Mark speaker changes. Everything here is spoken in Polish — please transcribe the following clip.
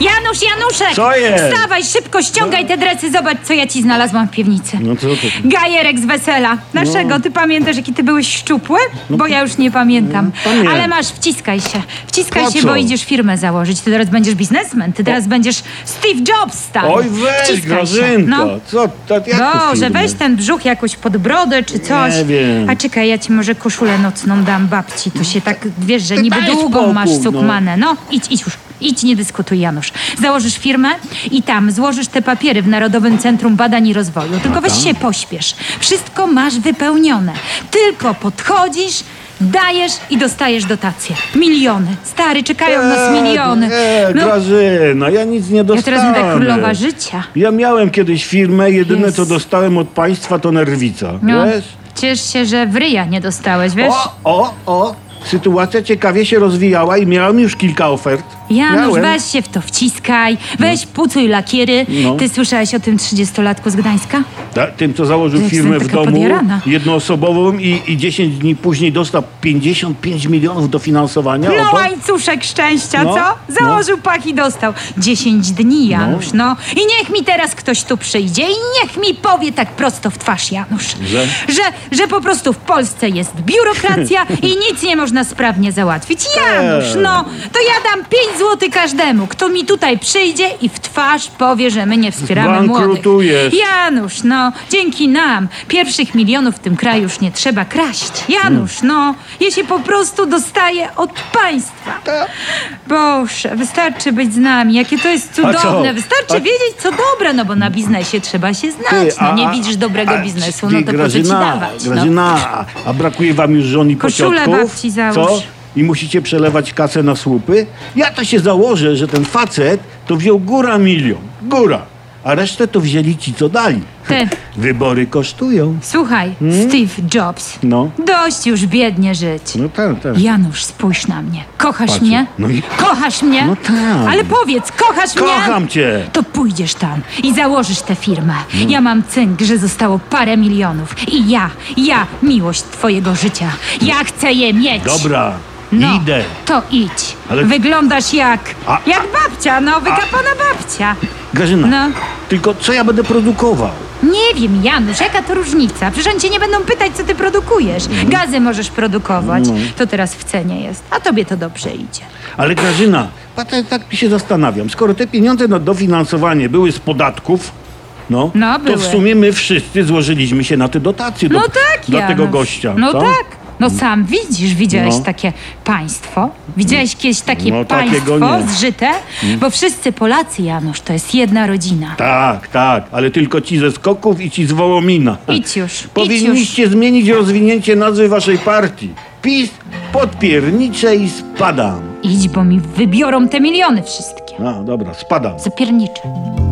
Speaker 1: Janusz, Januszek!
Speaker 2: Co jest?
Speaker 1: Wstawaj, szybko ściągaj te dresy, zobacz, co ja ci znalazłam w piwnicy.
Speaker 2: No co to?
Speaker 1: Gajerek z wesela. Naszego, ty pamiętasz, jaki ty byłeś szczupły? Bo ja już nie pamiętam.
Speaker 2: No pamiętam.
Speaker 1: Ale masz, wciskaj się. Wciskaj
Speaker 2: Po
Speaker 1: się,
Speaker 2: co?
Speaker 1: bo idziesz firmę założyć. Ty teraz będziesz biznesmen, ty teraz będziesz Steve Jobs, stary.
Speaker 2: Oj, weź,
Speaker 1: Wciskaj No. Się.
Speaker 2: Grażynka.
Speaker 1: No.
Speaker 2: Co? To, jak to
Speaker 1: Boże,
Speaker 2: filmy?
Speaker 1: weź ten brzuch jakoś pod brodę czy coś.
Speaker 2: wiem.
Speaker 1: A czekaj, ja ci może koszulę nocną dam babci. To się tak, wiesz, że
Speaker 2: Ty
Speaker 1: niby
Speaker 2: daj
Speaker 1: długą
Speaker 2: spokój,
Speaker 1: masz
Speaker 2: no.
Speaker 1: sukmanę. No, idź, idź już. Idź, nie dyskutuj, Janusz. Założysz firmę i tam złożysz te papiery w Narodowym Centrum Badań i Rozwoju. Tylko weź się pośpiesz. Wszystko masz wypełnione. Tylko podchodzisz, dajesz i dostajesz dotację. Miliony. Stary, czekają nas miliony.
Speaker 2: E,
Speaker 1: No,
Speaker 2: Grażyna, ja nic nie
Speaker 1: ja
Speaker 2: dostałem.
Speaker 1: teraz będę królowa życia.
Speaker 2: Ja miałem kiedyś firmę, jedyne
Speaker 1: Jest.
Speaker 2: co dostałem od państwa to nerwica.
Speaker 1: No,
Speaker 2: Wiesz?
Speaker 1: ciesz się, że w ryja nie dostałeś, wiesz?
Speaker 2: O, o, o. Sytuacja ciekawie się rozwijała i miałem już kilka ofert.
Speaker 1: Janusz, no
Speaker 2: miałem.
Speaker 1: weź się w to wciskaj, weź pucuj lakiery.
Speaker 2: No.
Speaker 1: Ty słyszałeś o tym 30-latku z Gdańska?
Speaker 2: Ta, tym, co założył
Speaker 1: Jak
Speaker 2: firmę
Speaker 1: jestem
Speaker 2: w
Speaker 1: taka
Speaker 2: domu,
Speaker 1: podjarana.
Speaker 2: jednoosobową i, i 10 dni później dostał 55 milionów dofinansowania.
Speaker 1: No
Speaker 2: Oto.
Speaker 1: łańcuszek szczęścia,
Speaker 2: No,
Speaker 1: co? Założył pach i dostał. 10 dni, Janusz, no. I niech mi teraz ktoś tu przyjdzie i niech mi powie tak prosto w twarz, Janusz.
Speaker 2: Że?
Speaker 1: Że, że po prostu w Polsce jest biurokracja i nic nie można sprawnie załatwić. Janusz,
Speaker 2: Eee.
Speaker 1: no, to ja dam 5 zł każdemu, kto mi tutaj przyjdzie i w twarz powie, że my nie wspieramy młodych.
Speaker 2: Bankrutujesz.
Speaker 1: Janusz, no, dzięki nam pierwszych milionów w tym kraju już nie trzeba kraść. Janusz,
Speaker 2: Hmm.
Speaker 1: no, je się po prostu dostaje od państwa. Boże, wystarczy być z nami, jakie to jest
Speaker 2: co?
Speaker 1: cudowne. Wystarczy
Speaker 2: A-
Speaker 1: wiedzieć, co dobre, no bo na biznesie trzeba się znać.
Speaker 2: Ty,
Speaker 1: No,
Speaker 2: a-
Speaker 1: nie
Speaker 2: a-
Speaker 1: widzisz dobrego
Speaker 2: a,
Speaker 1: biznesu,
Speaker 2: ty,
Speaker 1: no to po co ci dawać? No.
Speaker 2: Grażyna, a brakuje wam już żon i
Speaker 1: Koszulę
Speaker 2: pociotków?
Speaker 1: babci załóż.
Speaker 2: Co? I musicie przelewać kasę na słupy? Ja to się założę, że ten facet to wziął góra milion. Góra. A resztę to wzięli ci, co dali.
Speaker 1: Ty.
Speaker 2: Wybory kosztują.
Speaker 1: Słuchaj, Steve Jobs,
Speaker 2: Hmm? No.
Speaker 1: dość już biednie żyć.
Speaker 2: No tak, tak.
Speaker 1: Janusz, spójrz na mnie. Kochasz
Speaker 2: Patrzę.
Speaker 1: mnie?
Speaker 2: No i-
Speaker 1: Kochasz mnie?
Speaker 2: No tak.
Speaker 1: Ale powiedz, kochasz mnie?
Speaker 2: Kocham cię. Mm.
Speaker 1: To pójdziesz tam i założysz tę firmę. Ja mam cynk, że zostało parę milionów. I ja, ja, miłość twojego życia. Ja chcę je mieć.
Speaker 2: Dobra,
Speaker 1: No,
Speaker 2: idę.
Speaker 1: to idź.
Speaker 2: Ale-
Speaker 1: Wyglądasz jak...
Speaker 2: A-
Speaker 1: jak babcia, no, wykapana babcia.
Speaker 2: Grażyna,
Speaker 1: No.
Speaker 2: tylko co ja będę produkował?
Speaker 1: Nie wiem, Janusz, jaka to różnica? Przecież oni cię nie będą pytać, co ty produkujesz.
Speaker 2: Mhm.
Speaker 1: Gazy możesz produkować.
Speaker 2: No.
Speaker 1: To teraz w cenie jest. A tobie to dobrze idzie.
Speaker 2: Ale Grażyna, patrz, tak mi się zastanawiam. Skoro te pieniądze na dofinansowanie były z podatków, no,
Speaker 1: No,
Speaker 2: to
Speaker 1: były.
Speaker 2: w sumie my wszyscy złożyliśmy się na te dotacje
Speaker 1: No
Speaker 2: do,
Speaker 1: tak,
Speaker 2: dla
Speaker 1: Janusz.
Speaker 2: tego gościa.
Speaker 1: No
Speaker 2: co?
Speaker 1: tak. No sam widzisz, widziałeś
Speaker 2: No.
Speaker 1: takie państwo? Widziałeś kiedyś takie
Speaker 2: No, takiego
Speaker 1: państwo
Speaker 2: nie. Mm.
Speaker 1: zżyte? Bo wszyscy Polacy, Janusz, to jest jedna rodzina.
Speaker 2: Tak, tak, ale tylko ci ze skoków i ci z Wołomina.
Speaker 1: Idź już, idź
Speaker 2: Powinniście zmienić rozwinięcie nazwy waszej partii. PiS podpiernicze i spadam.
Speaker 1: już. Idź, bo mi wybiorą te miliony wszystkie.
Speaker 2: A, dobra, spadam.
Speaker 1: Zapiernicze.